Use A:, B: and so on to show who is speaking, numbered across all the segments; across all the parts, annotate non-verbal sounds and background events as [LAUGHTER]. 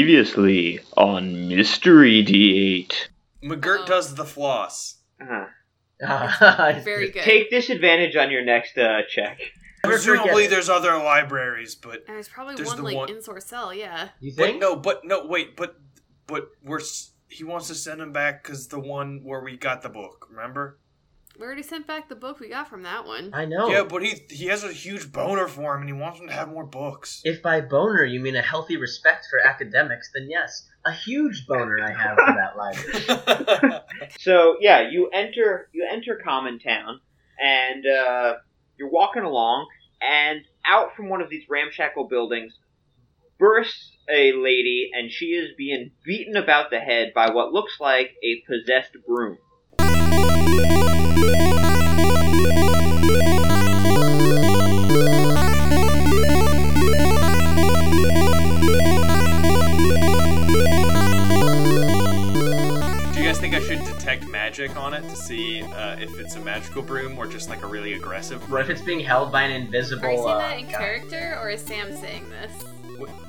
A: Previously on Mystery D8.
B: McGirt
C: Oh.
B: does the floss.
D: [LAUGHS]
E: Uh-huh.
C: Very good.
E: Take disadvantage on your next uh, check. Never
B: Presumably,
E: forget it.
B: there's other libraries, but
C: and there's probably
B: There's
C: one
B: the
C: like
B: one-
C: in Sorcel, yeah.
D: You
B: but
D: think?
B: no, but no, wait, but but we're s- he wants to send him back because the one where we got the book, remember?
C: We already sent back the book we got from that one.
D: I know.
B: Yeah, but he he has a huge boner for him, and he wants him to have more books.
D: if by boner you mean a healthy respect for academics, then yes, a huge boner I have for that
B: [LAUGHS]
D: library.
E: So yeah, you enter you enter Common Town, and uh, you're walking along, and out from one of these ramshackle buildings bursts a lady, and she is being beaten about the head by what looks like a possessed broom.
B: Do you guys think I should detect magic on it to see uh, if it's a magical broom or just like a really aggressive
D: What if it's being held by an invisible?
C: Are you saying that
D: uh,
C: in
D: guy?
C: character or is Sam saying this?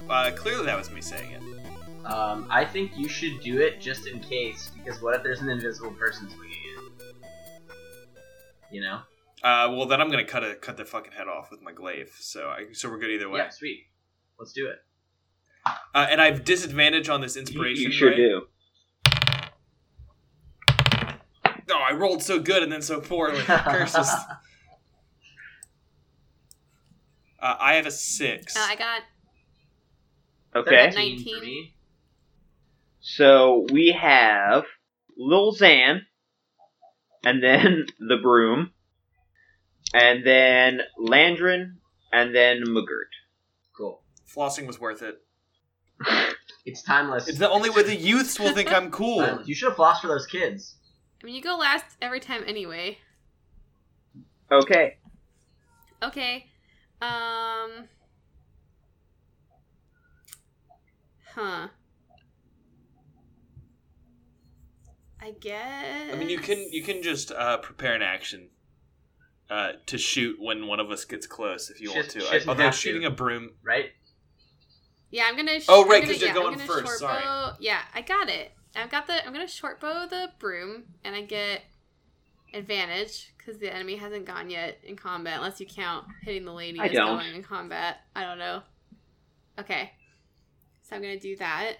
B: Uh, clearly, that was me saying it.
D: Um, I think you should do it just in case, because what if there's an invisible person swinging it? You know?
B: Uh, well, then I'm gonna cut a, cut the fucking head off with my glaive. So I, so we're good either way.
D: Yeah, sweet. Let's do it.
B: Uh, and I have disadvantage on this
E: You,
B: inspiration.
E: you sure
B: right?
E: do.
B: No, I rolled so good and then so poorly. [LAUGHS] Curses. Uh, I have a six.
C: Uh, I got
E: Okay,
C: Thirteen. 19.
D: for me.
E: so we have Lil Xan, and then [LAUGHS] the broom, and then Landrin, and then Magert.
D: Cool.
B: Flossing was worth it.
D: It's timeless.
B: It's the only way the youths will think I'm cool.
E: [LAUGHS]
D: Timeless. You should have flossed for those kids.
C: I mean you go last every time anyway.
E: Okay,
C: Okay. Um Huh. I guess
B: I mean, you can you can just uh, prepare an action uh, to shoot when one of us gets close if you
D: She
B: want
D: doesn't-
B: to.
D: she
B: I,
D: doesn't
B: although
D: have to.
B: shooting a broom,
D: Right?
C: Yeah, I'm gonna. Sh-
B: Oh, right,
C: I'm
B: 'cause
C: gonna-
B: you're going
C: I'm gonna
B: first,
C: short
B: sorry.
C: bow- Yeah, I got it. I've got the. I'm gonna short bow the broom, and I get advantage because the enemy hasn't gone yet in combat, unless you count hitting the lady
E: I
C: as
E: don't.
C: going in combat. I don't know. Okay, so I'm gonna do that.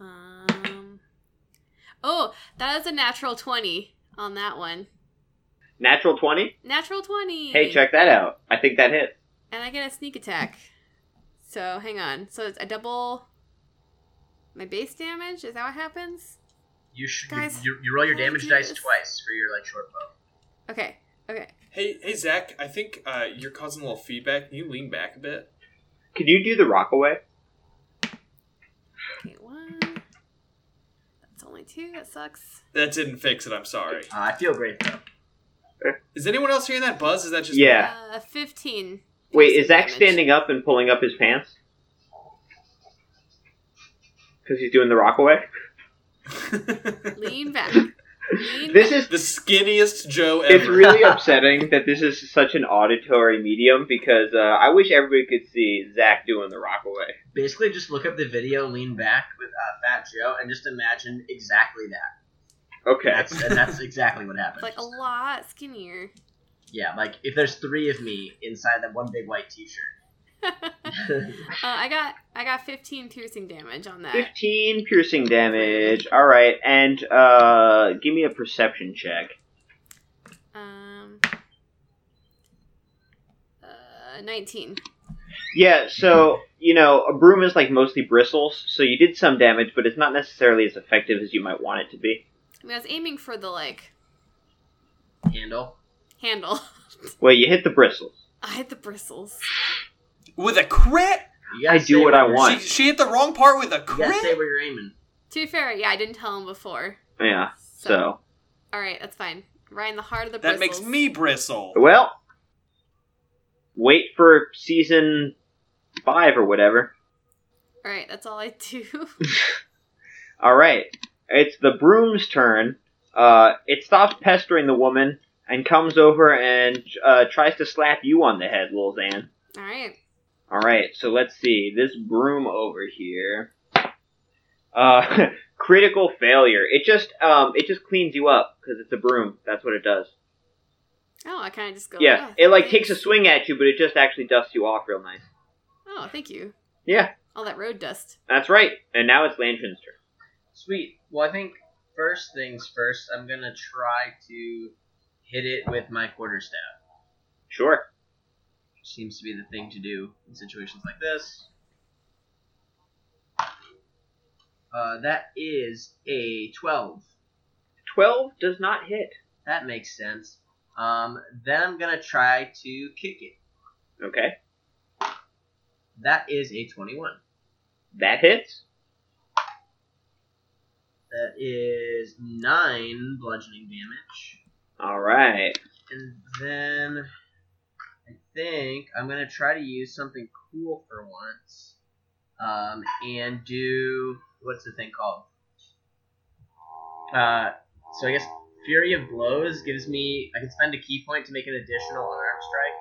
C: Um. Oh, that is a natural twenty on that one.
E: Natural 20?
C: Natural twenty.
E: Hey, check that out. I think that hit.
C: And I get a sneak attack. So hang on. So it's a double my base damage? Is that what happens?
D: You should.
C: Guys,
D: you, you roll your
C: can we
D: damage
C: do
D: dice
C: this?
D: twice for your like short bow.
C: Okay. Okay.
B: Hey, hey, Zach. I think uh, you're causing a little feedback. Can you lean back a bit?
E: Can you do the Rockaway?
C: Okay, one. That's only two. That sucks.
B: That didn't fix it. I'm sorry.
D: Uh, I feel great though.
B: Is anyone else hearing that buzz? Is that just [LAUGHS]
E: Yeah.
C: Uh, 15.
E: Wait,
C: piercing
E: is Zach
C: damage.
E: standing up and pulling up his pants? Because he's doing the Rockaway?
C: Lean back. Lean
E: This
C: back.
E: is.
B: the skinniest Joe ever?
E: It's really upsetting that this is such an auditory medium because uh, I wish everybody could see Zach doing the Rockaway.
D: Basically, just look up the video, lean back with uh, Fat Joe, and just imagine exactly that.
E: Okay.
D: That's and that's exactly what
C: It's
D: happened.
C: like a lot skinnier.
D: yeah, like if there's three of me inside that one big white T-shirt.
C: [LAUGHS] Uh, I got I got 15 piercing damage on that.
E: 15 piercing damage. Alright, and uh, give me a perception check.
C: Um uh, 19.
E: Yeah, so, you know, a broom is like mostly bristles, so you did some damage, but it's not necessarily as effective as you might want it to be.
C: I mean, I was aiming for the like
D: Handle.
C: handle. [LAUGHS]
E: Well, you hit the bristles.
C: I hit the bristles.
B: with a crit.
D: You gotta
E: I do
D: say
E: what
D: where
E: I
D: you're-
E: want.
B: She, she hit the wrong part with a
D: You
B: crit.
D: gotta say where you're aiming.
C: To be fair, yeah, I didn't tell him before.
E: Yeah, so.
C: all right, that's fine. Right in the heart of the
B: that makes
C: bristles.
B: me bristle.
E: Well, wait for season five or whatever.
C: All right, that's all I do. [LAUGHS]
E: Alright, it's the broom's turn. Uh, it stops pestering the woman and comes over and uh, tries to slap you on the head, Lil Xan.
C: all right,
E: All right, so let's see this broom over here. Uh, [LAUGHS] critical failure. It just um, it just cleans you up because it's a broom. That's what it does.
C: Oh, I kind of just go.
E: yeah,
C: "Ah,
E: it like
C: thanks."
E: takes a swing at you, but it just actually dusts you off real nice.
C: Oh, thank you.
E: Yeah,
C: All that road dust.
E: that's right. And now it's Lantern's turn.
D: Sweet. Well, I think first things first, I'm gonna try to hit it with my quarterstaff.
E: Sure.
D: Which seems to be the thing to do in situations like this. Uh, that is a 12.
E: Twelve does not hit.
D: That makes sense. Um, then I'm gonna try to kick it.
E: Okay,
D: That is a 21.
E: that hits.
D: That is 9 bludgeoning damage.
E: All right.
D: And then I think I'm gonna try to use something cool for once, um, and do what's the thing called? Uh, so I guess Fury of Blows gives me I can spend a key point to make an additional arm strike.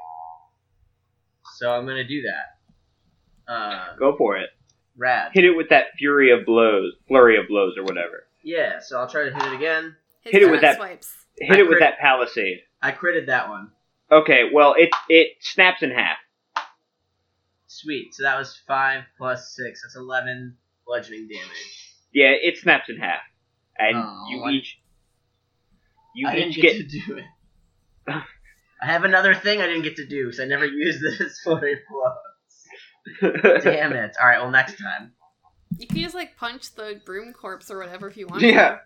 D: So I'm gonna do that. Uh,
E: Go for it.
D: rad.
E: Hit it with that fury of blows, flurry of blows, or whatever.
D: Yeah. So I'll try to hit it again.
C: His
E: Hit it with
C: front
E: that-
C: Swipes.
E: Hit it with that palisade.
D: I critted that one.
E: Okay, well it it snaps in half.
D: Sweet. So that was five plus six. That's eleven bludgeoning damage.
E: Yeah, it snaps in half, and
D: Oh,
E: you
D: I-
E: each you
D: I didn't
E: each
D: get,
E: get
D: to do it. I have another thing I didn't get to do because I never [LAUGHS] used this for a blows.
E: [LAUGHS]
D: Damn it! All right, well next time.
C: You can just like punch the broom corpse or whatever if you want.
E: Yeah.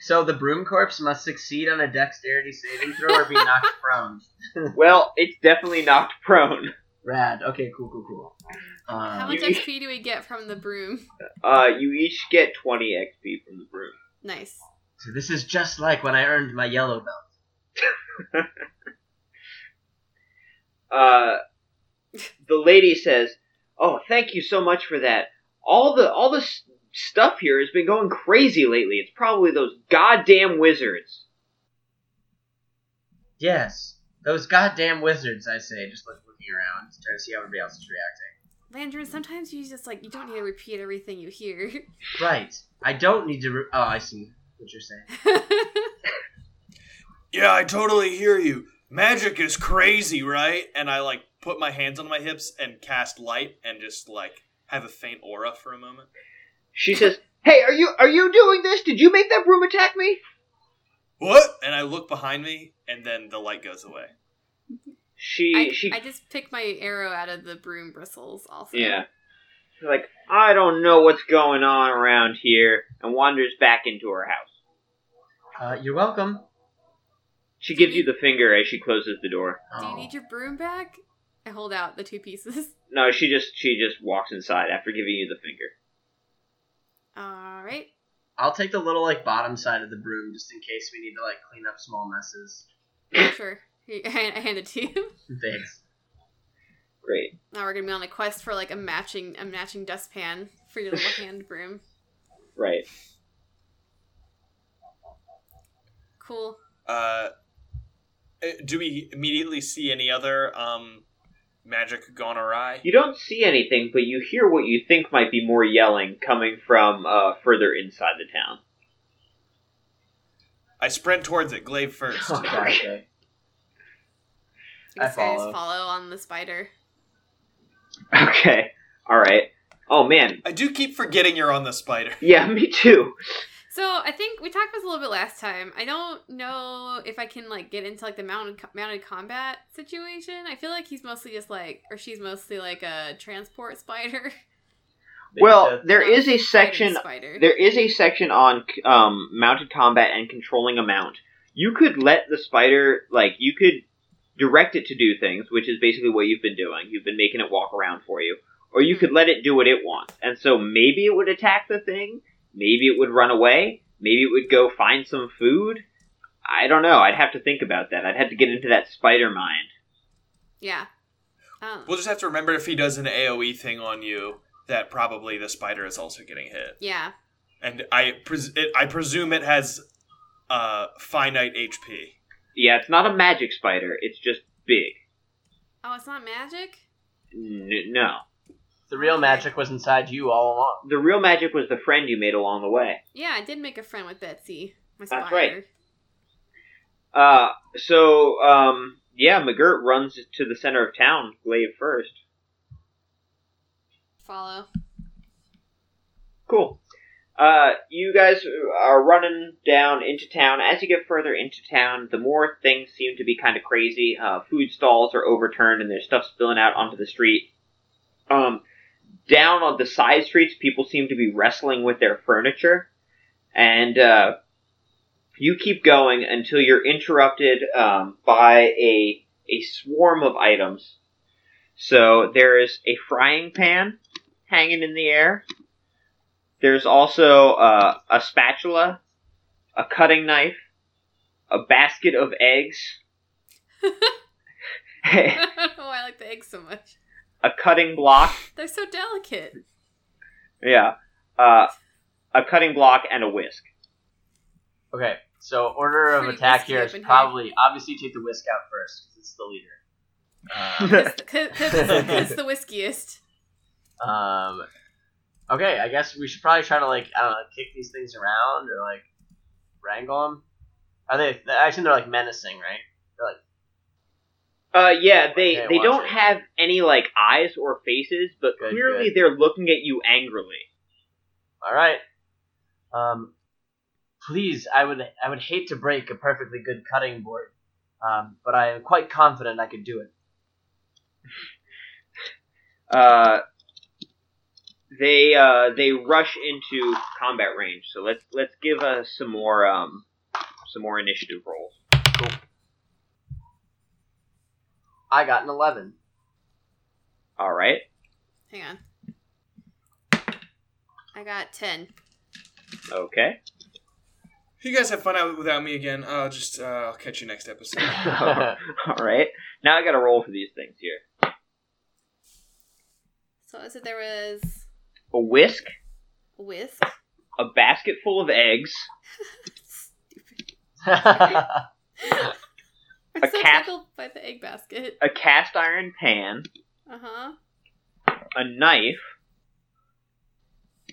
D: So the broom corpse must succeed on a dexterity saving throw or be knocked [LAUGHS] prone.
E: well, it's definitely knocked prone.
D: Rad. Okay, cool, cool, cool.
C: How
D: Um,
C: much XP do we get from the broom?
E: Uh, you each get twenty XP from the broom.
C: Nice.
D: so this is just like when I earned my yellow belt.
E: Uh, the lady says, "Oh, thank you so much for that. All the all this stuff here has been going crazy lately. It's probably those goddamn wizards."
D: Yes, those goddamn wizards. I say, just like looking around, trying to see how everybody else is reacting.
C: Landrin, sometimes you just like you don't need to repeat everything you hear.
D: Right. I don't need to. Re- oh, I see what you're saying.
B: Yeah, I totally hear you. Magic is crazy, right? And I like put my hands on my hips and cast light and just like have a faint aura for a moment.
E: She says, "Hey, are you are you doing this? Did you make that broom attack me?"
B: What? And I look behind me and then the light goes away.
E: She
C: I,
E: she
C: I just pick my arrow out of the broom bristles. Also,
E: Yeah. She's like, I don't know what's going on around here, and wanders back into her house.
D: Uh, you're welcome.
E: She gives you the finger as she closes the door.
C: Do you
D: Oh.
C: need your broom back? I hold out the two pieces. [LAUGHS]
E: No, she just she just walks inside after giving you the finger.
C: All right.
D: I'll take the little like bottom side of the broom just in case we need to like clean up small messes.
C: Sure. [LAUGHS] Here, I hand I hand it to you. [LAUGHS]
D: Thanks. [LAUGHS]
E: Great.
C: Now we're gonna be on a quest for like a matching a matching dustpan for your little
E: [LAUGHS]
C: hand broom.
E: Right.
C: Cool.
B: Uh, eh, do we immediately see any other um magic gone awry?
E: You don't see anything, but you hear what you think might be more yelling coming from uh, further inside the town.
B: I sprint towards it, glaive
D: [LAUGHS]
B: first.
D: Oh, God, okay.
C: I
D: I
C: guess I just
D: follow.
C: follow on the spider.
E: Okay. All right. Oh man.
B: I do keep forgetting you're on the spider.
E: Yeah, [LAUGHS] me too.
C: So I think we talked about this a little bit last time. I don't know if I can like get into like the mounted co- mounted combat situation. I feel like he's mostly just like, or she's mostly like a transport spider. [LAUGHS]
E: Well, there
C: Not
E: is a
C: fighting
E: section
C: spider.
E: There is a section on um, mounted combat and controlling a mount. You could let the spider, like, you could direct it to do things, which is basically what you've been doing. You've been making it walk around for you. Or you could let it do what it wants. And so maybe it would attack the thing. Maybe it would run away. Maybe it would go find some food. I don't know. I'd have to think about that. I'd have to get into that spider mind.
C: Yeah. Um,
B: We'll just have to remember if he does an AOE thing on you, that probably the spider is also getting hit.
C: yeah.
B: and I pres- it, I presume it has uh, finite HP.
E: Yeah, it's not a magic spider. It's just big.
C: Oh, it's not magic.
E: N- no.
D: The real magic was inside you all along.
E: The real magic was the friend you made along the way.
C: Yeah, I did make a friend with Betsy, my spider.
E: That's right. Uh, so, um, yeah, McGirt runs to the center of town, glaive first.
C: Follow. [LAUGHS]
E: Cool. Uh, you guys are running down into town. As you get further into town, the more things seem to be kind of crazy. Uh, food stalls are overturned and there's stuff spilling out onto the street. Um, down on the side streets, people seem to be wrestling with their furniture. And uh, you keep going until you're interrupted um, by a, a swarm of items. So there is a frying pan hanging in the air. There's also uh, a spatula, a cutting knife, a basket of eggs, [LAUGHS]
C: oh,
E: a
C: I like the eggs so much.
E: cutting block.
C: They're so delicate.
E: [LAUGHS] Yeah. Uh, a cutting block and a whisk.
D: Okay, so order of
C: Pretty
D: attack
C: risky
D: here is
C: open hand.
D: probably obviously take the whisk out first 'cause it's the leader. Uh,
E: [LAUGHS]
C: That's the whiskiest.
D: Um, okay, I guess we should probably try to like I don't know, kick these things around or like wrangle them. Are they? I assume they're like menacing, right?
E: Uh, yeah, they
D: Okay,
E: they
D: watch
E: don't
D: it.
E: have any like eyes or faces, but
D: Good,
E: clearly
D: good.
E: they're looking at you angrily.
D: All right. Um, please, I would I would hate to break a perfectly good cutting board, um, but I am quite confident I could do it.
E: Uh, they uh they rush into combat range. So let's let's give us some more um some more initiative rolls.
D: I got
E: [LAUGHS]
D: an eleven. [LAUGHS]
E: All right.
C: Hang on. I got 10.
E: Okay. [LAUGHS]
B: You guys have fun out without me again. I'll just uh, I'll catch you next
D: [LAUGHS]
B: episode.
E: All right. Now I got to roll for these things here.
C: So I said there was
E: A whisk,
C: a whisk.
E: a basket full of eggs,
D: I
C: I'm
E: A
C: so
E: cat.
C: tickled by the egg basket.
E: a cast iron pan,
C: Uh huh.
E: a knife,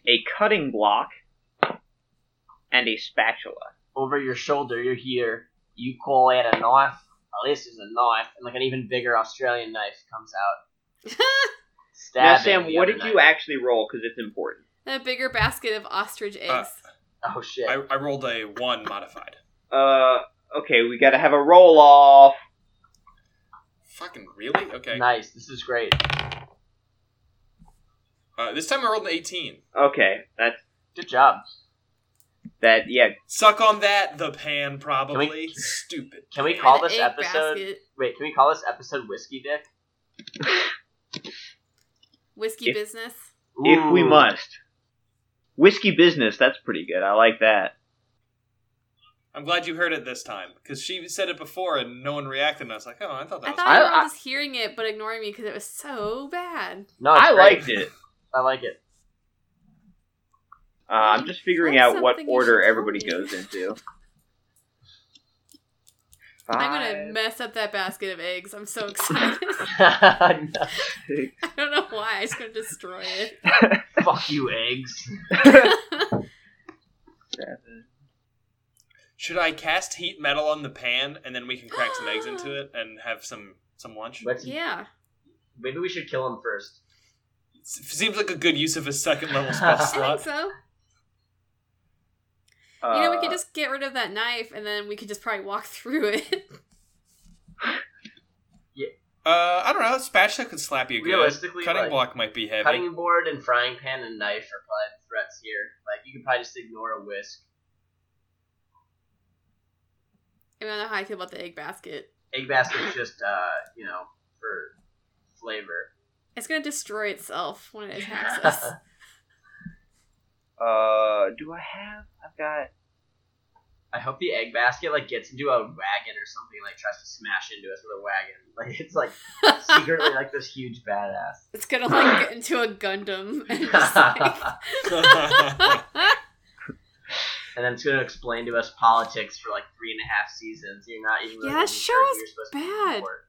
E: a cutting block, and a spatula.
D: over your shoulder, you're here. You call it a knife. Oh, this is a knife, and like an even bigger Australian knife comes out.
E: [LAUGHS] Now,
D: stabbing
E: Sam,
D: the
E: what
D: other
E: did
D: knife.
E: you actually roll? Because it's important.
C: A bigger basket of
E: Uh,
C: ostrich eggs.
D: Oh shit!
B: I, I rolled a one modified.
E: Uh, okay, we got to have a roll off.
B: Fucking really? Okay.
D: Nice. This is great.
B: Uh, this time I rolled an eighteen.
E: Okay, that's
D: Good job.
E: that. Yeah,
B: Suck on that, the pan probably.
D: Can we-
B: Stupid.
D: Can we
C: Or
D: call
C: the
D: this
C: egg
D: episode?
C: basket.
D: Wait, can we call this episode Whiskey Dick?
C: Whiskey
E: If-
C: business.
E: if we
D: Ooh.
E: must. Whiskey business. That's pretty good. I like that.
B: I'm glad you heard it this time because she said it before and no one reacted. And I was like, oh, I thought that
C: I
B: was.
C: thought
E: I-
C: you were all
E: I-
C: just hearing it but ignoring me because it was so bad.
D: No, it's
E: I
D: great.
E: liked it.
D: I like it.
E: Uh, I'm just figuring
C: That's
E: out what
C: something you
E: order
C: should tell
E: everybody
C: me.
E: goes into.
C: I'm gonna
E: Five,
C: mess up that basket of eggs. I'm so [LAUGHS] excited.
D: [LAUGHS]
E: [LAUGHS]
D: No.
E: six.
C: I don't know why. I just gonna destroy
E: [LAUGHS]
C: it.
D: Fuck you, eggs.
B: Should I cast heat metal on the pan and then we can crack some eggs into it and have some some lunch?
D: Let's,
C: Yeah.
D: Maybe we should kill him first.
B: S- Seems like a good use of a second level
C: [LAUGHS]
B: spell
D: I
C: I think
B: slot.
C: so. you know, we
E: Uh,
C: could just get rid of that knife and then we could just probably walk [LAUGHS] through it.
B: Uh, I don't know. Spatula could slap you good.
D: Realistically,
B: Cutting
D: like,
B: block might be heavy.
D: cutting board and frying pan and knife are probably the threats here. Like you could probably just ignore a whisk.
C: I don't know how I feel about the egg basket.
D: Egg basket's just uh, you know, for flavor.
C: It's gonna destroy itself when it attacks us.
B: [LAUGHS]
E: Uh, do I have? I've got.
D: I hope the egg basket like gets into a wagon or something, like tries to smash into us with a wagon. [LAUGHS] Like it's like secretly like this huge badass.
C: it's gonna like get into a Gundam
B: [LAUGHS]
C: and just like [LAUGHS]
D: and then it's going to explain to us politics for like three and a half seasons. You're not even really
C: Yeah,
D: sure
C: show
D: who you're supposed
C: bad.
D: to support.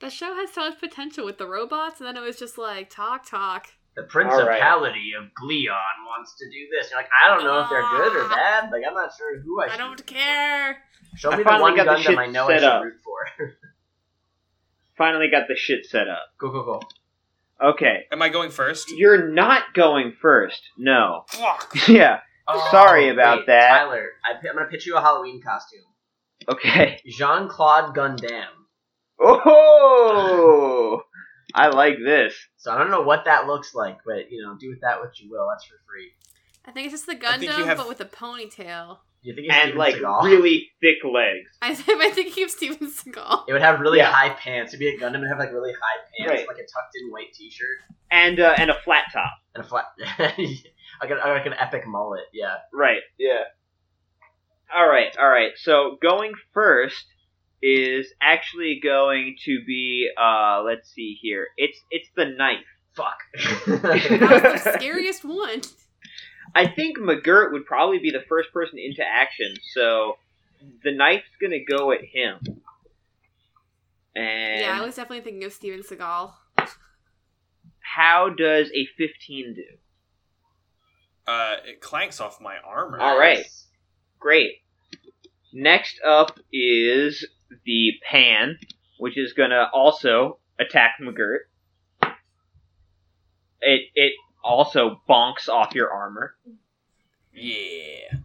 C: That show has so much potential with the robots, and then it was just like talk, talk.
D: The Principality of Gleon wants to do this. You're like, I don't know if they're good or bad. Like, I'm not sure who I.
C: Ah. I
D: should-
C: don't care.
D: Show
E: I
D: me the
E: finally
D: one
E: got the
D: Gundam
E: shit
D: I know I
E: set
D: should
E: up.
D: root
E: [LAUGHS]
D: for.
E: Finally got the shit set up.
D: go go go.
E: Okay.
B: Am I going first?
E: You're not going first. No. [LAUGHS]
B: Fuck.
E: yeah.
D: Oh,
E: [LAUGHS] Sorry about
D: wait,
E: that.
D: Tyler. I, pi- I'm gonna pitch you a Halloween costume.
E: Okay.
D: Jean Claude Gundam.
E: Oh, I like this.
D: So I don't know what that looks like, but you know, do with that what you will. That's for free.
C: I think it's just the
B: I think you
C: Gundam,
B: have-
C: but with a ponytail. [LAUGHS]
D: You think it's
E: And
D: Steven
E: like
D: Seagal?
E: really thick legs.
C: I I think you have Steven Seagal.
D: It would have really
E: Yeah.
D: high pants. It'd be a Gundam and have like really high pants,
E: Right.
D: like a tucked in white T-shirt
E: And uh, and a flat top.
D: and a flat, [LAUGHS] like, an, like an epic mullet. Yeah.
E: Right. Yeah. All right. All right. So going first is actually going to be uh let's see here. It's it's the knife.
D: Fuck. [LAUGHS]
E: [LAUGHS]
C: That
B: [LAUGHS]
C: was the scariest one.
E: I think McGirt would probably be the first person into action. So the knife's going to go at him. And
C: Yeah, I was definitely thinking of Steven Seagal.
E: how does a 15 do?
B: Uh, it clanks off my armor.
E: All right. Great. Next up is the pan, which is gonna also attack McGirt. It it also bonks off your armor.
B: Yeah.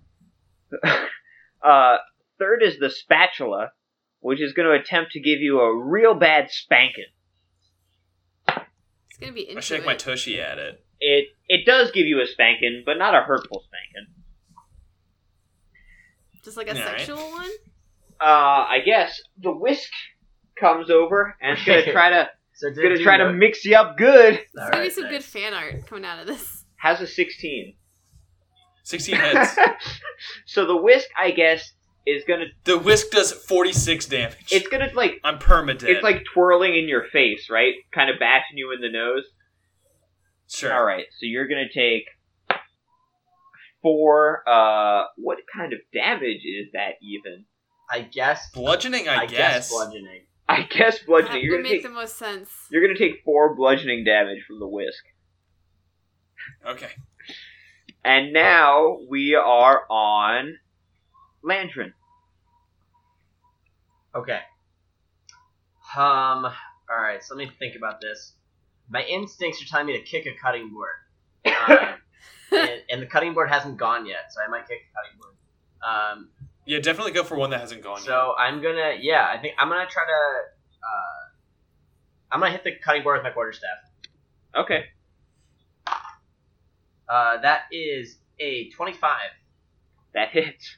E: Uh, third is the spatula, which is gonna attempt to give you a real bad spanking.
C: It's gonna be
B: I
C: into
B: shake my
C: it.
B: tushy at it.
E: It it does give you a spanking, but not a hurtful spanking.
C: just like a
B: All right.
C: sexual one.
E: Uh, I guess the whisk comes over and it's gonna try to
D: So did
E: gonna
D: you
E: try to
D: know-
E: mix you up good.
D: All
C: There's gonna be
D: right,
C: some
D: nice.
C: good fan art coming out of this.
E: How's a sixteen?
B: Sixteen
E: [LAUGHS]
B: heads.
E: so the whisk, I guess, is gonna
B: the whisk does forty-six damage.
E: it's gonna like
B: I'm permadead.
E: it's like twirling in your face, right? Kind of bashing you in the nose.
B: sure.
E: All right, so you're gonna take four. Uh, what kind of damage is that even?
D: I guess.
B: Bludgeoning, I,
D: I
B: guess.
D: guess bludgeoning.
E: I guess
C: That
E: bludgeoning. You're
C: would
E: gonna
C: make
E: take
C: the most sense.
E: you're gonna take four bludgeoning damage from the whisk.
B: Okay.
E: And now we are on Landrin.
D: Okay. Um. All right. So let me think about this. My instincts are telling me to kick a cutting
E: [LAUGHS]
D: board, um, and, and the cutting board hasn't gone yet, so I might kick the cutting board. Um.
B: Yeah, definitely go for one that hasn't gone
D: So I'm gonna. Yeah. I think I'm gonna try to. Uh, I'm gonna hit the cutting board with my quarterstaff.
E: Okay,
D: Uh, that is a 25,
E: that hits.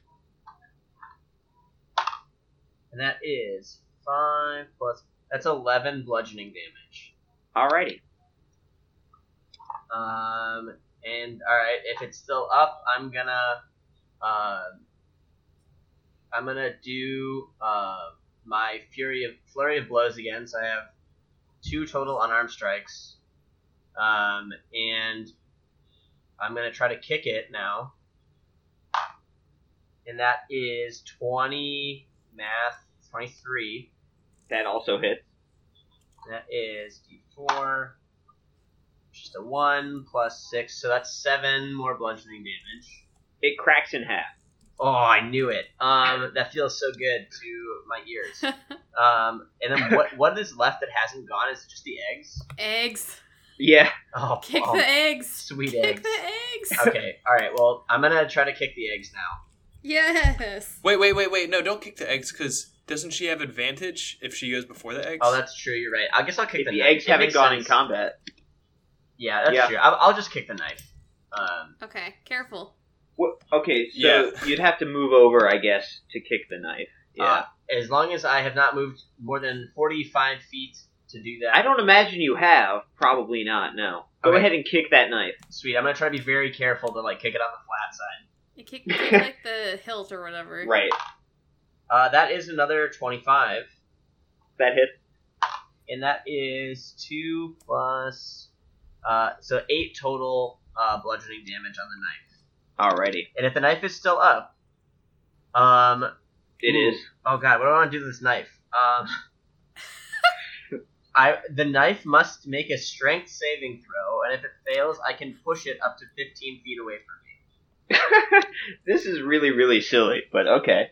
D: and that is five plus. That's 11 bludgeoning damage.
E: Alrighty.
D: Um, and all right, if it's still up, I'm gonna, um, I'm gonna do uh, my fury of flurry of blows again. So I have two total unarmed strikes, um, and I'm gonna try to kick it now, and that is twenty math twenty three.
E: That also hits.
D: That is d4, just a 1 plus 6, so that's 7 more bludgeoning damage.
E: It cracks in half.
D: Oh, I knew it. Um, that feels so good to my ears.
C: [LAUGHS]
D: Um, and then what what is left that hasn't gone? Is it just the eggs?
C: eggs.
E: Yeah.
D: Oh,
C: Kick
D: oh,
C: the eggs. [LAUGHS]
D: sweet
C: Kick
D: eggs.
C: the eggs.
D: Okay, all right. Well, I'm gonna try to kick the eggs now.
C: yes.
B: Wait, wait, wait, wait. No, don't kick the eggs because doesn't she have advantage if she goes before the eggs?
D: Oh, that's true. You're right. I guess I'll kick
E: If
D: the,
E: the
D: knife.
E: eggs
D: It
E: haven't
D: makes
E: gone in
D: sense.
E: combat.
D: Yeah, that's
E: Yeah.
D: true. I'll, I'll just kick the knife. Um,
C: Okay. Careful.
E: What, okay, so
B: Yeah.
E: you'd have to move over, I guess, to kick the knife. Yeah.
D: uh, as long as I have not moved more than 45 feet to do that.
E: I don't imagine you have. Probably not. No. Go
D: Okay.
E: ahead and kick that knife.
D: Sweet. I'm gonna try to be very careful to like kick it on the flat side.
C: You kick, kick like the [LAUGHS] hilt or whatever.
E: Right.
D: Uh, that is another 25,
E: That hits.
D: and that is two plus, uh, so eight total uh, bludgeoning damage on the knife.
E: Alrighty.
D: And if the knife is still up, um,
E: It
D: Ooh.
E: is. [LAUGHS]
D: oh god, what do I want to do to this knife? Um, I the knife must make a strength saving throw, and if it fails, I can push it up to 15 feet away from me.
E: this is really, really silly, but okay.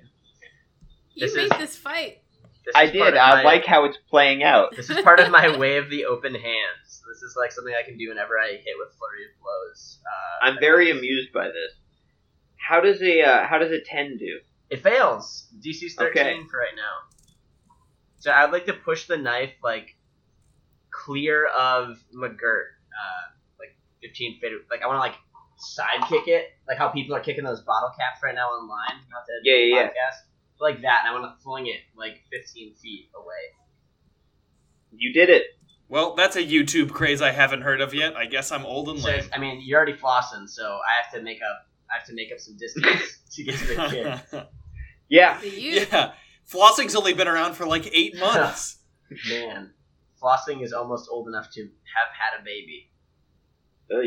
C: You
D: This
C: made
D: is-
C: this fight.
D: This
E: I
D: is part
E: did.
D: of
E: I
D: my-
E: like how it's playing out.
D: This is part of my way of the open hands. This is like something I can do whenever I hit with flurry of blows. Uh,
E: I'm very amused by this. How does a uh, how does a ten do?
D: It fails. DC's 13
E: Okay.
D: for right now. So I'd like to push the knife like clear of McGirt, uh, like 15 feet. Like I want to like sidekick it, like how people are kicking those bottle caps right now online. Not to
E: Yeah, yeah, yeah.
D: podcast. Like that, and I want to fling it like 15 feet away.
E: You did it.
B: Well, that's a YouTube craze I haven't heard of yet. I guess I'm old and
D: So
B: lame.
D: if- I mean, you're already flossing, so I have to make up. I have to make up some distance to get to the kid.
E: Yeah.
C: The you.
B: [LAUGHS] yeah, flossing's only been around for like eight months.
D: Man, flossing is almost old enough to have had a baby.
E: Oy.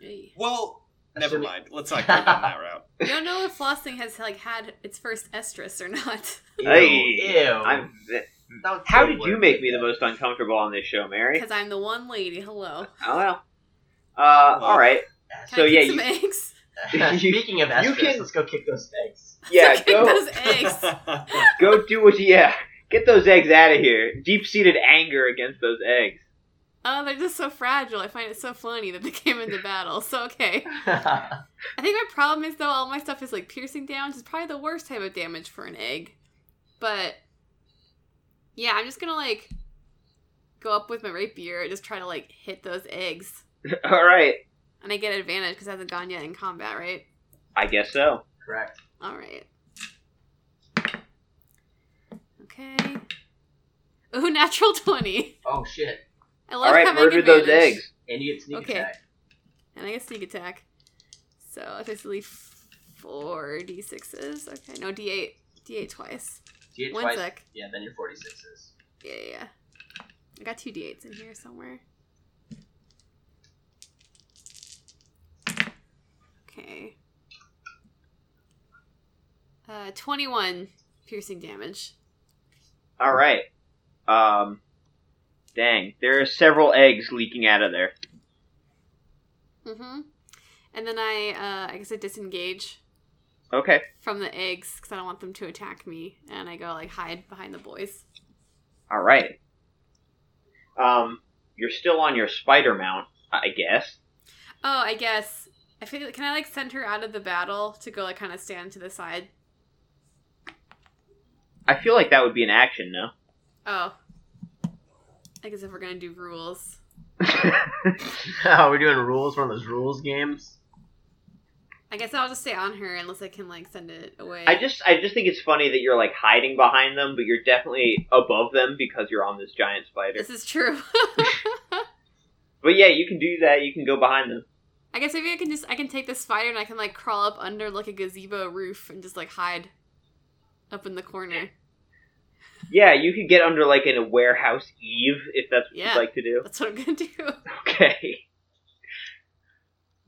C: Hey.
B: Well, never
D: Assuming-
B: mind. Let's not go down that route.
C: You don't know if flossing has like had its first estrus or not
D: Ew.
E: Hey,
D: Ew.
E: I'm, th-
D: Don't
E: how
D: say
E: did you
D: words
E: make
D: like
E: me the
D: that.
E: most uncomfortable on this show,
C: [LAUGHS]
E: Mary?
C: because I'm the one lady. Hello.
E: Oh well. Uh, all right.
C: Can
E: So
C: I
E: yeah,
C: kick
E: you,
C: some eggs. [LAUGHS]
D: [LAUGHS] Speaking
E: [LAUGHS]
D: of
E: You
D: estrus,
E: can-
D: let's go kick those eggs. [LAUGHS]
C: [LAUGHS]
E: yeah.
C: Kick
E: Go
C: those eggs.
E: go do what. Yeah. Get those eggs out of here. Deep seated anger against those eggs. [LAUGHS]
C: Oh, they're just so fragile. I find it so funny that they came into battle. So okay. I think my problem is though all my stuff is like piercing damage is probably the worst type of damage for an egg. But yeah, I'm just gonna like go up with my rapier and just try to like hit those eggs.
E: all right.
C: And I get advantage because I haven't gone yet in combat, right?
E: I guess so.
D: Correct.
C: Alright. Okay. Ooh, [LAUGHS] natural twenty.
D: Oh shit.
C: I love
E: All right.
C: having
E: Murder those
C: advantage.
E: eggs.
D: And you get sneak
C: Okay.
D: attack.
C: And I get sneak attack. So that's basically four D6s. Okay, no D8. D8 twice.
D: Do you get
C: One
D: twice?
C: sec.
D: Yeah, then
E: [LAUGHS]
D: you're 46s.
C: Yeah, yeah, yeah. I got two D8s in here somewhere. Okay. Uh, 21 piercing damage.
E: All right. Um, dang, there are several eggs leaking out of there.
C: Mm-hmm. And then I, uh, I guess I disengage
E: Okay.
C: from the eggs because I don't want them to attack me. And I go, like, hide behind the boys.
E: All right. Um, you're still on your spider mount, I guess.
C: Oh, I guess. I feel. Can I like send her out of the battle to go like kind of stand to the side?
E: I feel like that would be an action, no?
C: Oh, I guess if we're gonna do rules,
D: oh, we're doing rules, one of those rules games.
C: I guess I'll just stay on her unless I can like send it away.
E: I just, I just think it's funny that you're like hiding behind them, but you're definitely above them because you're on this giant spider.
C: This is true. [LAUGHS]
E: But yeah, you can do that. You can go behind them.
C: I guess maybe I can just I can take the spider and I can like crawl up under like a gazebo roof and just like hide up in the corner.
E: Yeah, you could get under like in a warehouse eave if that's what
C: Yeah.
E: you'd like to do. [LAUGHS]
C: That's what I'm gonna do. [LAUGHS]
E: Okay.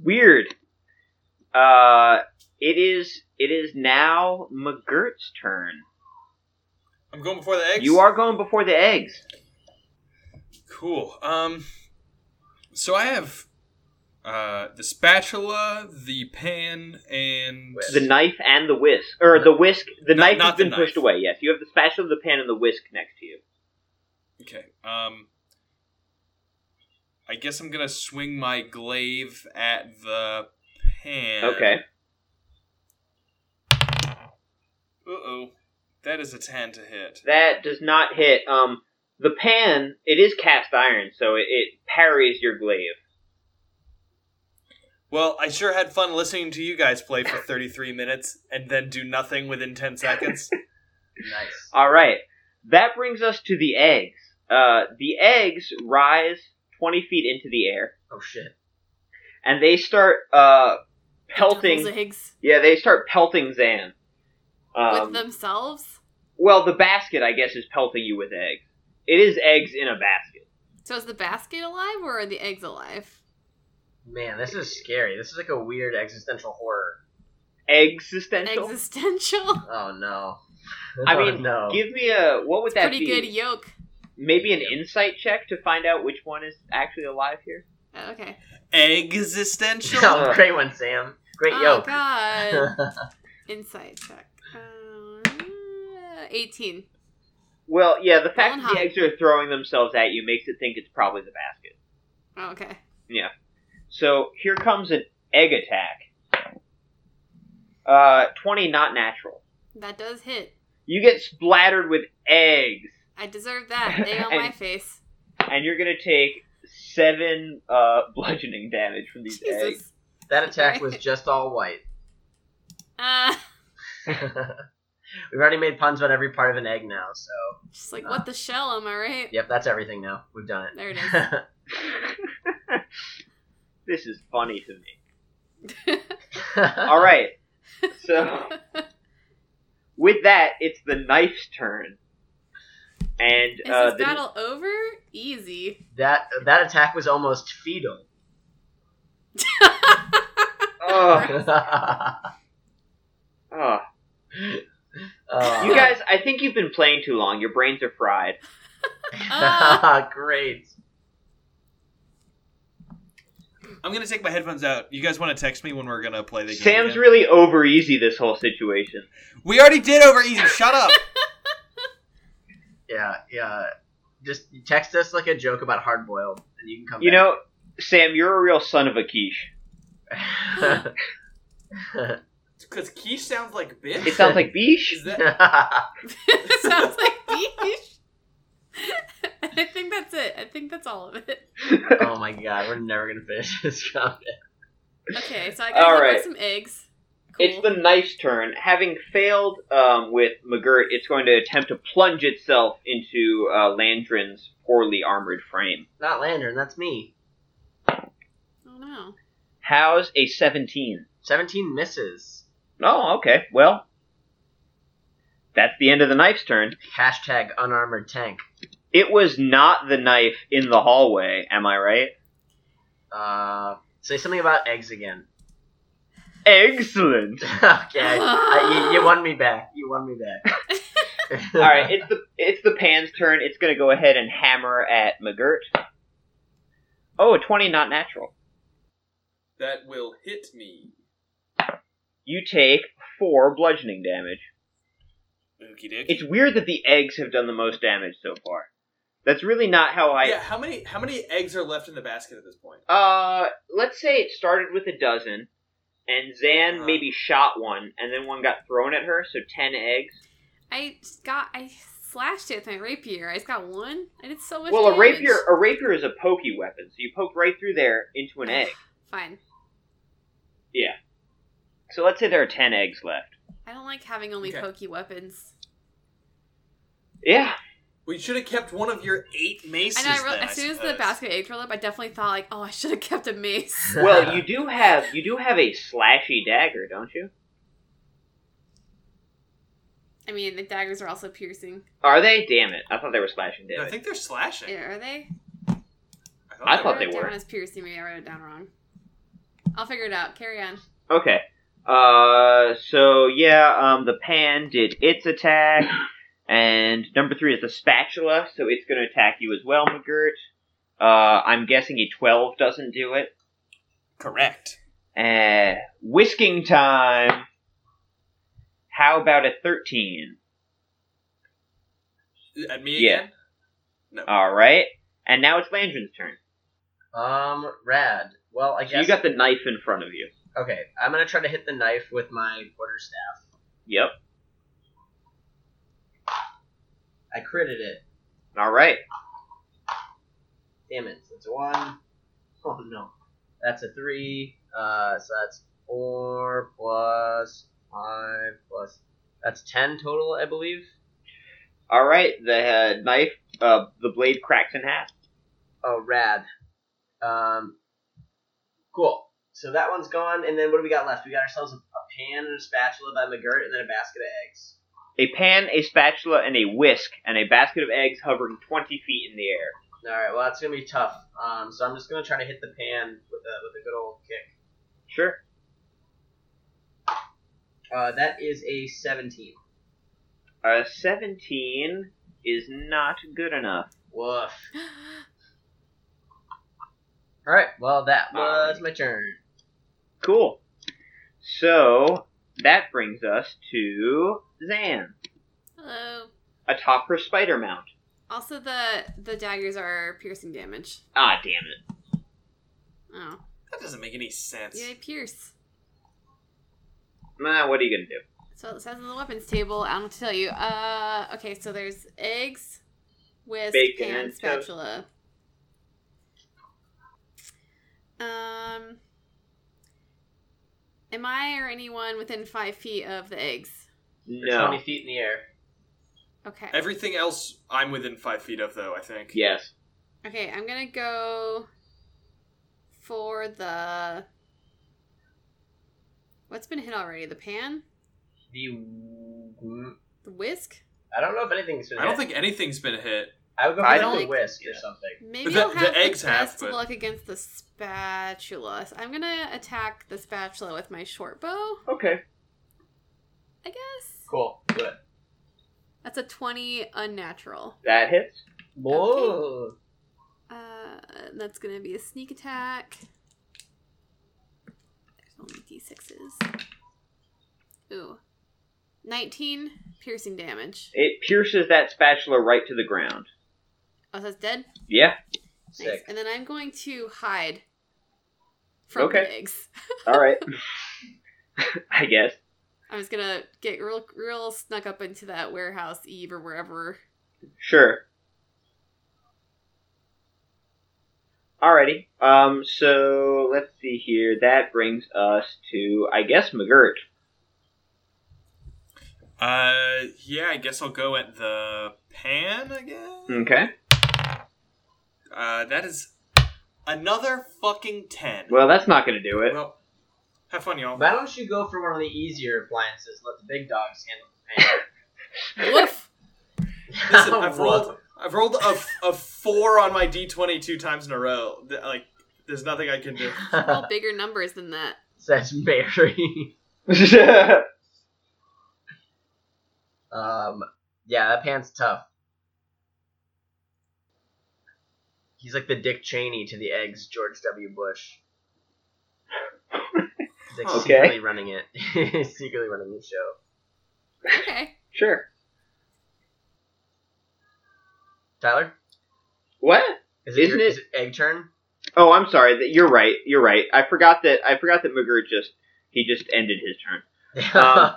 E: Weird. Uh, it is. It is now McGirt's turn.
B: [LAUGHS] I'm going before the eggs.
E: You are going before the eggs.
B: cool. Um, so I have uh the spatula, the pan, and
D: Whisk.
E: The knife and the whisk, or the whisk. The
B: No,
E: knife
B: not
E: has been
B: the
E: pushed
B: knife.
E: away. Yes, you have the spatula, the pan, and the whisk next to you.
B: Okay. Um I guess I'm gonna swing my glaive at the pan.
E: Okay.
B: Uh oh. That is a ten to hit.
E: That does not hit. Um, the pan. It is cast iron, so it, it parries your glaive.
B: Well, I sure had fun listening to you guys play for 33 minutes and then do nothing within 10
E: [LAUGHS]
B: seconds.
D: Nice.
E: All right. That brings us to the eggs. Uh, the eggs rise twenty feet into the air,
D: Oh shit.
E: and they start uh pelting.
C: Double zigs
E: Yeah, they start pelting Zan.
C: with
E: Um,
C: themselves.
E: well, the basket, I guess, is pelting you with eggs. It is eggs in a basket.
C: So is the basket alive or are the eggs alive?
D: Man, this is scary. This is like a weird existential horror.
E: Existential.
C: Existential.
D: Oh no.
E: I
D: Oh,
E: mean,
D: no. [LAUGHS]
E: give me a what would that
C: [LAUGHS] Pretty
E: be?
C: good yoke.
E: Maybe an insight check to find out which one is actually alive here.
C: Oh, okay.
B: Existential.
D: Oh, great one, Sam. Great
C: oh
E: [LAUGHS]
D: yoke.
C: god. Insight check. Uh, 18.
E: Well, yeah, the fact
C: Rolling
E: that the
C: high.
E: eggs are throwing themselves at you makes it think it's probably the basket.
C: Oh, okay.
E: So here comes an egg attack. Uh, 20 not natural.
C: That does hit.
E: You get splattered with eggs,
C: I deserve that. They
E: [LAUGHS]
C: on my face.
E: and you're gonna take seven uh, [LAUGHS] bludgeoning damage from these eggs. [LAUGHS]
C: Jesus.
D: that attack was just all white.
C: Uh,
D: We've already made puns about every part of an egg now, so
C: just like,
E: Ah.
C: what the shell, am I right?
D: yep, that's everything now. We've done it.
C: There it is.
E: This is funny to me.
C: [LAUGHS]
E: All right. So with that, it's the knife's turn, and
C: Is
E: uh,
C: this
E: the,
C: battle over? Easy.
D: [LAUGHS]
E: [LAUGHS]
D: that that attack was almost fetal. [LAUGHS]
E: Ugh,
D: uh,
E: ugh. oh.
D: Uh,
E: you
D: [LAUGHS]
E: guys, I think you've been playing too long. Your brains are fried.
C: Ah. [LAUGHS]
D: great.
B: I'm gonna take my headphones out. You guys want to text me when we're gonna play the game?
E: Sam's
B: again?
E: really over easy this whole situation.
B: we already did over easy. Shut [LAUGHS] up.
D: Yeah, yeah. Just text us like a joke about hard boiled, and you can come.
E: You
D: back.
E: know, Sam, you're a real son of a quiche.
B: Because quiche sounds like bitch.
E: It sounds like biche.
B: Is
E: [LAUGHS]
B: that
C: [LAUGHS] Sounds like beach. I think that's it. I think that's all of it.
D: [LAUGHS] oh my god, we're never gonna finish [LAUGHS] this comment.
C: Okay, so I got hit
E: Alright.
C: by some eggs. Cool.
E: It's the knife's turn. Having failed um, with McGirt, it's going to attempt to plunge itself into uh, Landrin's poorly armored frame.
D: Not Landon, that's me.
C: oh no.
E: How's a 17?
D: Seventeen misses.
E: Oh, okay. Well, that's the end of the knife's turn.
D: Hashtag unarmored tank.
E: It was not the knife in the hallway, am I right?
D: Uh, say something about eggs again. [LAUGHS]
E: Excellent.
D: okay, I- you, you won me back. You won me back.
E: [LAUGHS] All right, it's the it's the pan's turn. It's going to go ahead and hammer at McGirt. Oh, a 20 not natural.
B: that will hit me.
E: You take 4 bludgeoning damage.
B: Okie dokie.
E: It's weird that the eggs have done the most damage so far. That's really not how I
B: yeah. How many? How many eggs are left in the basket at this point?
E: Uh, let's say it started with a dozen, and Zan
B: Uh-huh.
E: maybe shot one, and then one got thrown at her, so ten eggs.
C: I just got I slashed it with my rapier. I just got one. I did so much.
E: well, a
C: damage.
E: rapier, a rapier is a pokey weapon, so you poke right through there into an egg.
C: Fine.
E: So let's say there are ten eggs left.
C: I don't like having only
B: Okay.
C: pokey weapons.
E: Yeah,
B: We should have kept one of your eight maces.
C: I know. I real-
B: then,
C: as soon as the
B: suppose.
C: basket eggs rolled up, I definitely thought like, oh, I should have kept a mace.
E: well, you do have you do have a slashy dagger, don't you?
C: I mean, the daggers are also piercing.
E: Are they? Damn it! I thought they were slashing
B: No, I
E: damage.
B: think they're slashing.
C: Yeah, are they?
E: I
B: they
E: thought
C: wrote
E: they
C: it down
E: were.
C: as piercing. Maybe I wrote it down wrong. I'll figure it out. Carry on. [GASPS]
E: Okay. Uh, so yeah, um, the pan did its attack, and number three is the spatula, so it's going to attack you as well, McGirt. Uh, I'm guessing a 12 doesn't do it.
B: Correct.
E: Uh, whisking time. How about a 13?
B: At me
E: Yeah.
B: again.
E: All right. And now it's Landrin's turn.
D: [LAUGHS] um rad. Well, I
E: So
D: guess
E: you got the knife in front of you.
D: Okay, I'm gonna try to hit the knife with my quarter staff.
E: Yep.
D: I critted it.
E: All right.
D: Damn it. That's a one. [LAUGHS] Oh no. That's a three. Uh, so that's four plus five plus. That's ten total, I believe.
E: All right. The uh, knife, uh, the blade cracks in half.
D: Oh, rad. Um, cool. So that one's gone, and then what do we got left? We got ourselves a, a pan and a spatula by McGirt, and then a basket of eggs.
E: a pan, a spatula, and a whisk, and a basket of eggs hovering 20 feet in the air.
D: All right. Well, that's gonna be tough. Um, so I'm just gonna try to hit the pan with a with a good old kick.
E: Sure.
D: Uh, that is a 17.
E: A 17 is not good enough.
D: Woof. All right. Well, that was my turn.
E: Cool. So that brings us to Zan
C: Hello.
E: atop her spider mount.
C: Also, the the daggers are piercing damage.
E: Ah, damn it!
C: Oh,
B: That doesn't make any sense.
C: yeah, they pierce.
E: Nah, what are you gonna do?
C: So it says in the weapons table. I don't know what to tell you. Uh, okay, so there's eggs, whisk,
E: Bacon
C: and,
E: and toast.
C: spatula. Um, am I or anyone within five feet of the eggs?
D: They're
E: No.
D: Twenty feet in the air.
C: Okay.
B: Everything else I'm within five feet of, though, I think.
E: Yes.
C: Okay, I'm gonna go for the what's been hit already. The pan,
D: The w-
C: the whisk.
D: I don't know if anything's been.
B: I don't
D: hit.
B: think anything's been hit.
D: I would go for
E: I
D: like,
E: don't-
D: the whisk or
E: Yeah.
D: something.
C: Maybe
B: The-
C: I'll
B: the
C: have the,
B: eggs
C: best
B: have,
C: of
B: but-
C: luck against the spatula. So I'm gonna attack the spatula with my short bow.
E: Okay.
C: I guess
D: Cool. Good.
C: that's a twenty unnatural.
E: That hits.
D: Whoa.
C: Uh, that's gonna be a sneak attack. There's only d6s. Ooh, nineteen piercing damage.
E: It pierces that spatula right to the ground.
C: Oh, so it's dead.
E: Yeah.
C: Nice.
D: Sick.
C: And then I'm going to hide from the
E: Okay.
C: eggs.
E: All right. [LAUGHS] I guess.
C: I'm just gonna get real, real snuck up into that warehouse, Eve or wherever.
E: Sure. Alrighty. Um. So let's see here. That brings us to, I guess, McGirt.
B: Uh, yeah, I guess I'll go at the pan again.
E: Okay.
B: Uh, that is another fucking ten.
E: Well, that's not gonna do it.
B: Well, have fun, y'all.
D: Why don't you go for one of the easier appliances and let the big dogs handle
C: Woof.
D: [LAUGHS] the pain?
B: Listen, I've rolled, I've rolled a, a four on my d20 two times in a row. Th- Like, there's nothing I can do.
D: [LAUGHS]
E: [LAUGHS]
C: All bigger numbers than that.
D: That's very.
E: okay.
D: Um, yeah, that pan's tough. He's like the Dick Cheney to the eggs, George W. Bush. He's like
B: Okay.
D: secretly running it, [LAUGHS] He's secretly running the show.
C: Okay.
E: [LAUGHS] Sure.
D: Tyler,
E: What?
D: is it,
E: Isn't
D: your,
E: it-
D: is it egg turn?
E: Oh, I'm sorry. That you're right. You're right. I forgot that. I forgot that McGirt just he just ended his turn.
D: [LAUGHS]
E: Um,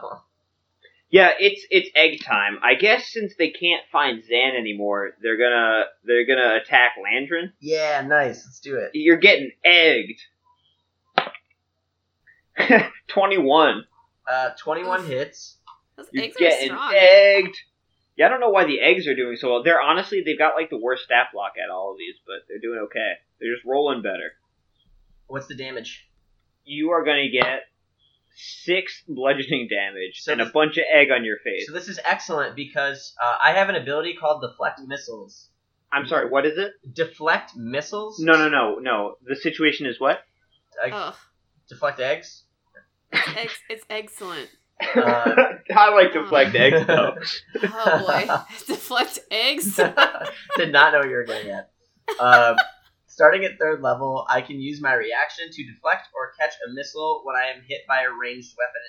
E: Yeah, it's it's egg time. I guess since they can't find Zan anymore, they're gonna they're gonna attack Landrin.
D: yeah, nice. Let's do it.
E: You're getting egged. [LAUGHS] Twenty one.
D: Uh, twenty-one
C: Oof.
D: hits.
C: Those
E: You're
C: eggs are
E: getting
C: strong.
E: egged. Yeah, I don't know why the eggs are doing so well. They're honestly they've got like the worst stat block at all of these, but they're doing okay. They're just rolling better.
D: What's the damage?
E: You are gonna get six bludgeoning damage
D: So
E: and a
D: this-
E: bunch of egg on your face.
D: So this is excellent because uh, I have an ability called deflect missiles.
E: I'm sorry, what is it?
D: Deflect missiles?
E: No, no, no, no. The situation is what? [LAUGHS]
D: Like,
C: Ugh.
D: Deflect eggs.
C: It's, ex- it's excellent.
D: Uh, [LAUGHS]
E: I like deflect eggs though.
C: Oh
E: [LAUGHS]
C: boy. [LAUGHS] Deflect eggs.
D: Did not know what you were getting at. Um, starting at third level, I can use my reaction to deflect or catch a missile when I am hit by a ranged weapon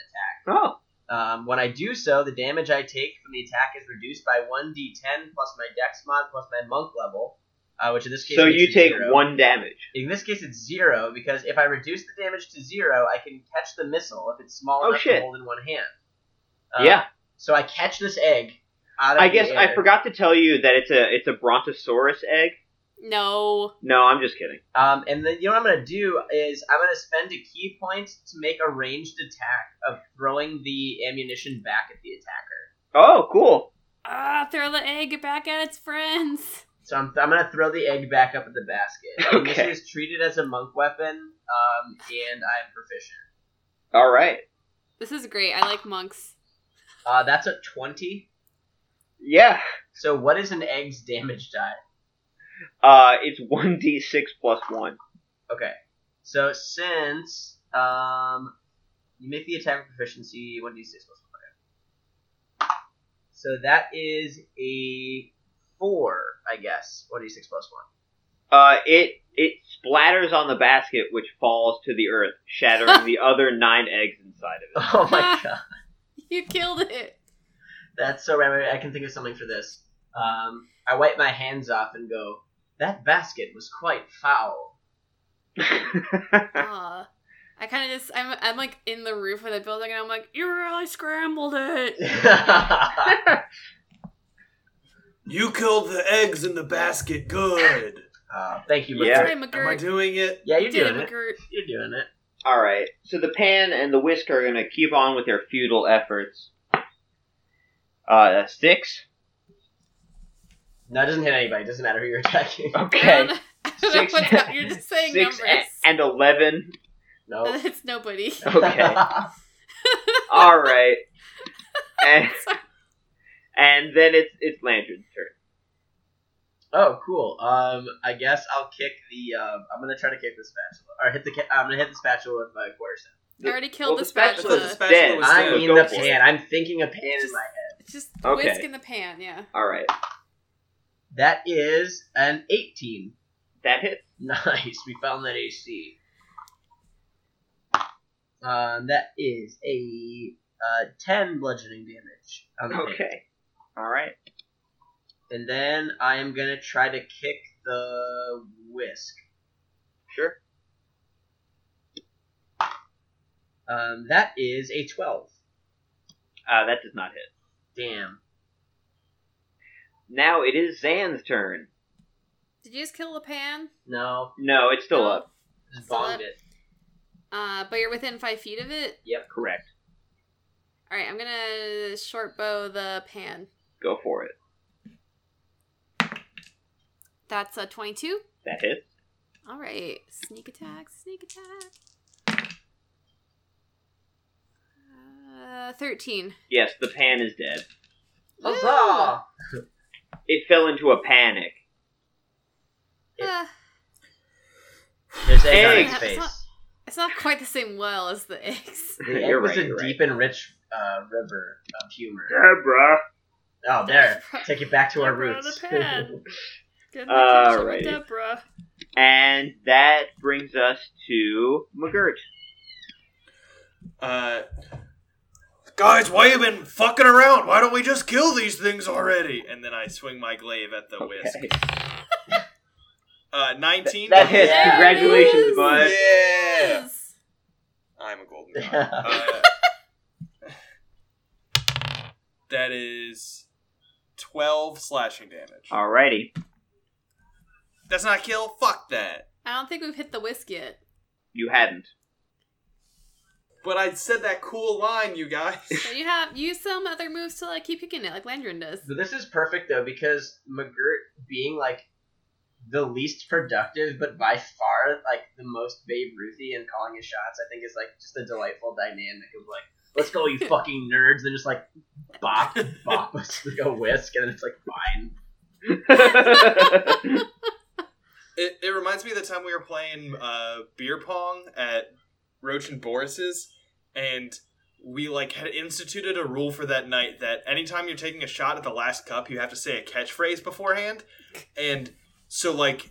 D: attack.
E: Oh,
D: Um, when I do so, the damage I take from the attack is reduced by 1d10 plus my dex mod plus my monk level, uh, which in this case
E: so
D: makes
E: you
D: it
E: take
D: zero.
E: one damage.
D: In this case, it's zero because if I reduce the damage to zero, I can catch the missile if it's small
E: Oh,
D: enough to
E: shit.
D: hold in one hand. Uh,
E: yeah,
D: So I catch this egg. Out of
E: I
D: the
E: guess I
D: air.
E: forgot to tell you that it's a it's a brontosaurus egg.
C: No.
E: No, I'm just kidding.
D: Um, and then you know what I'm gonna do is I'm gonna spend a key point to make a ranged attack of throwing the ammunition back at the attacker.
E: Oh, cool.
C: Ah, throw the egg back at its friends.
D: So I'm, I'm gonna throw the egg back up at
E: [LAUGHS]
D: the basket. And
E: Okay.
D: This is treated as a monk weapon, um, and I'm proficient.
E: All right.
C: This is great. I like monks.
D: Uh, that's a twenty.
E: Yeah.
D: So what is an egg's damage die?
E: Uh, it's one d six plus one.
D: Okay. So since um, you make the attack with proficiency, one d six plus one. Okay. So that is a four, I guess. What do you six plus one?
E: Uh, it it splatters on the basket, which falls to the earth, shattering the other nine eggs inside of it.
D: Oh my god,
C: You killed it.
D: that's so random. I can think of something for this. Um, I wipe my hands off and go. That basket was quite foul. [LAUGHS]
C: Aw. I kind of just I'm I'm like in the roof of the building and I'm like you really scrambled it.
D: I
B: You killed the eggs in the basket. Good.
D: Uh, thank you,
E: Yeah.
D: yeah.
C: Right,
B: Am I
C: McGirt.
B: doing it?
D: Yeah,
C: You
D: you're
C: did it,
D: doing it.
C: McGirt.
D: You're doing it.
E: [LAUGHS] All right. So the pan and the whisk are going to keep on with their futile efforts. Uh, that's six.
D: No, it doesn't hit anybody. It doesn't matter who you're attacking.
C: [LAUGHS]
D: [LAUGHS]
E: Okay.
C: Um, I don't know
E: Six-
C: what's up. You're just saying
E: Six
C: numbers.
E: and oh. eleven.
D: No.
C: [LAUGHS] It's nobody.
E: Okay.
D: [LAUGHS]
E: All [LAUGHS] right. And,
C: Sorry.
E: and then it's it's Landron's turn.
D: oh, cool. Um, I guess I'll kick the. Um, I'm gonna try to kick the spatula, or hit the. Ca- I'm gonna hit the spatula with my quarterstaff.
C: I already
E: well,
C: killed
E: the
C: the
E: spatula-
C: spatula.
E: the dead.
B: was
D: I
B: dead.
D: mean
E: go
D: the
E: for it.
D: pan. I'm thinking a pan in
C: Just-
D: my head.
C: Just
E: Okay.
C: whisk in the pan. Yeah.
E: All right.
D: That is an 18.
E: That hits.
D: [LAUGHS] Nice. We found that AC. Um, that is a uh, 10 bludgeoning damage. On
E: Hmm.
D: the pan.
E: Okay. All right.
D: And then I am gonna try to kick the whisk.
E: Sure.
D: Um, that is a 12.
E: Uh, that does not hit.
D: Damn.
E: Now it is Zan's turn.
C: Did you just kill the pan?
D: No,
E: No, it's still
C: No.
E: up.
D: just
C: Still
D: bombed
C: up.
D: it.
C: Uh, but you're within five feet of it.
E: Correct.
C: All right, I'm gonna short bow the pan.
E: Go for it.
C: That's a 22.
E: That hits.
C: All right, sneak attack, sneak attack. Uh, 13.
E: Yes, the pan is dead.
C: Woo!
D: Huzzah!
E: It fell into a [LAUGHS] panic.
C: Ah,
D: There's egg on
E: Eggs.
D: its face.
C: it's not quite the same well as the eggs.
D: The egg
E: You're
D: was
E: right,
D: a
E: you're right.
D: deep and rich uh, river of humor.
E: Deborah.
C: [LAUGHS]
D: Oh, there. Take it back to our
C: Deborah
D: roots. [LAUGHS]
C: the pen. Good
E: All
C: luck,
E: right.
C: Deborah.
E: And that brings us to McGirt.
B: Uh, guys, why you been fucking around? Why don't we just kill these things already? And then I swing my glaive at the whisk.
E: Okay.
B: [LAUGHS] Uh, nineteen.
E: That hits.
D: Yeah.
E: Congratulations, bud.
B: Yeah.
C: Yes.
B: I'm a
E: [LAUGHS]
B: golden god. Uh,
D: [LAUGHS]
B: [LAUGHS] that is twelve slashing damage.
E: Alrighty.
B: That's not kill. Fuck that.
C: I don't think we've hit the whisk yet.
E: You [LAUGHS] hadn't.
B: But I said that cool line, you guys.
C: [LAUGHS] So you have use some other moves to like keep kicking it, like Landrin does.
D: But this is perfect though because McGirt being like the least productive, but by far like the most Babe Ruthie and calling his shots, I think is like just a delightful dynamic of like, let's
B: [LAUGHS]
D: go, you fucking nerds, and just like bop bop us [LAUGHS] like a whisk, and it's like fine.
B: It, it reminds me of the time we were playing uh, beer pong at Roach and Boris's, and we like had instituted a rule for that night that anytime you're taking a shot at the last cup, you have to say a catchphrase beforehand. And so like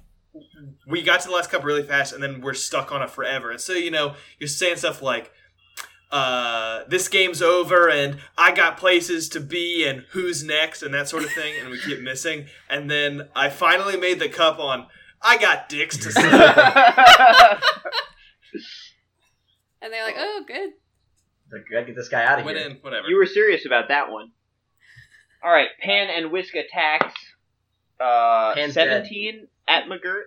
B: we got to the last cup really fast, and then we're stuck on it forever. And so you know you're saying stuff like. Uh, this game's over, and I got places to be, and who's next, and that sort of thing, and we keep missing. And then I finally made the cup on I got dicks to
E: [LAUGHS]
B: suck.
C: And they're like, oh, good.
D: Like, gotta get this guy out of
B: Went
D: here.
B: in, whatever.
E: you were serious about that one. Alright, pan and whisk attacks. Uh,
D: Pan's dead.
E: 17 at McGirt.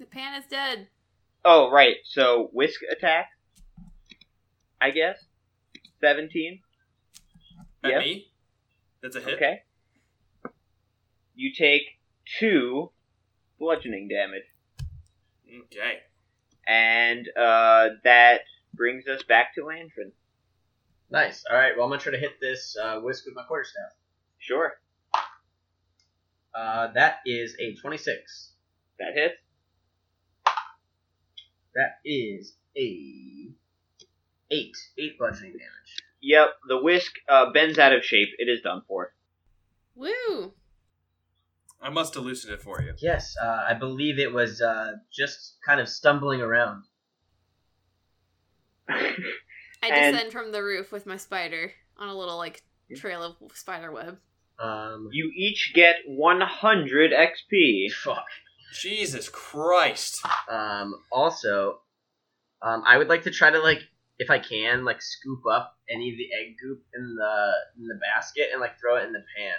C: The pan is dead.
E: Oh, right. So whisk attack. I guess. 17.
B: At
E: Yep.
B: me? That's a hit.
E: Okay. You take two bludgeoning damage.
B: Okay.
E: And uh, that brings us back to Landrin.
D: Nice. All right. Well, I'm gonna try to hit this uh, whisk with my quarterstaff.
E: Sure.
D: Uh, that is a 26.
E: That hits.
D: That is a eight. Eight bludgeoning damage.
E: Yep, [LAUGHS] the whisk uh, bends out of shape. It is done for.
C: Woo.
B: I must elucidate it for you.
D: Yes, uh, I believe it was uh, just kind of stumbling around.
C: I
E: And-
C: descend from the roof with my spider on a little like trail of spider web.
D: Um,
E: you each get 100 [LAUGHS] XP.
D: fuck.
B: Jesus Christ.
D: Um, also, um, I would like to try to like, if I can, like scoop up any of the egg goop in the in the basket and like throw it in the pan.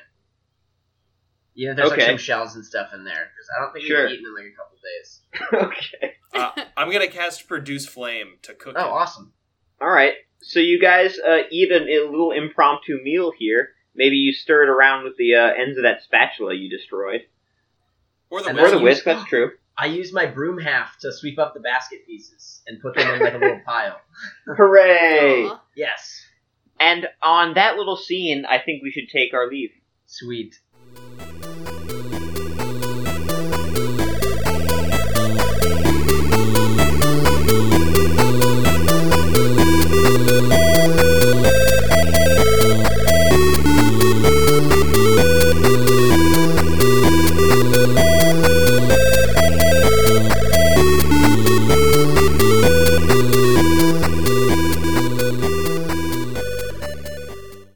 D: You know, there's like
E: Okay.
D: some shells and stuff in there because I don't think
E: Sure.
D: we've eaten in like a couple days.
E: okay.
C: [LAUGHS]
B: Uh, I'm gonna cast Produce Flame to cook
D: Oh,
B: it.
D: awesome!
E: All right. So you guys uh, eat an, a little impromptu meal here. Maybe you stir it around with the uh, ends of that spatula you destroyed.
B: Or the
D: And
E: Or
B: whisk.
E: the
D: you-
E: whisk, that's true.
D: I used my broom half to sweep up the basket pieces and put them in like a
E: [LAUGHS]
D: little pile.
E: Hooray!
C: Aw.
D: Yes,
E: And on that little scene, I think we should take our leave.
D: sweet.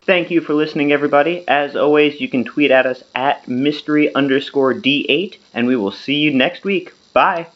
E: Thank you for listening, everybody. As always, you can tweet at us at mystery underscore D8, and we will see you next week. Bye.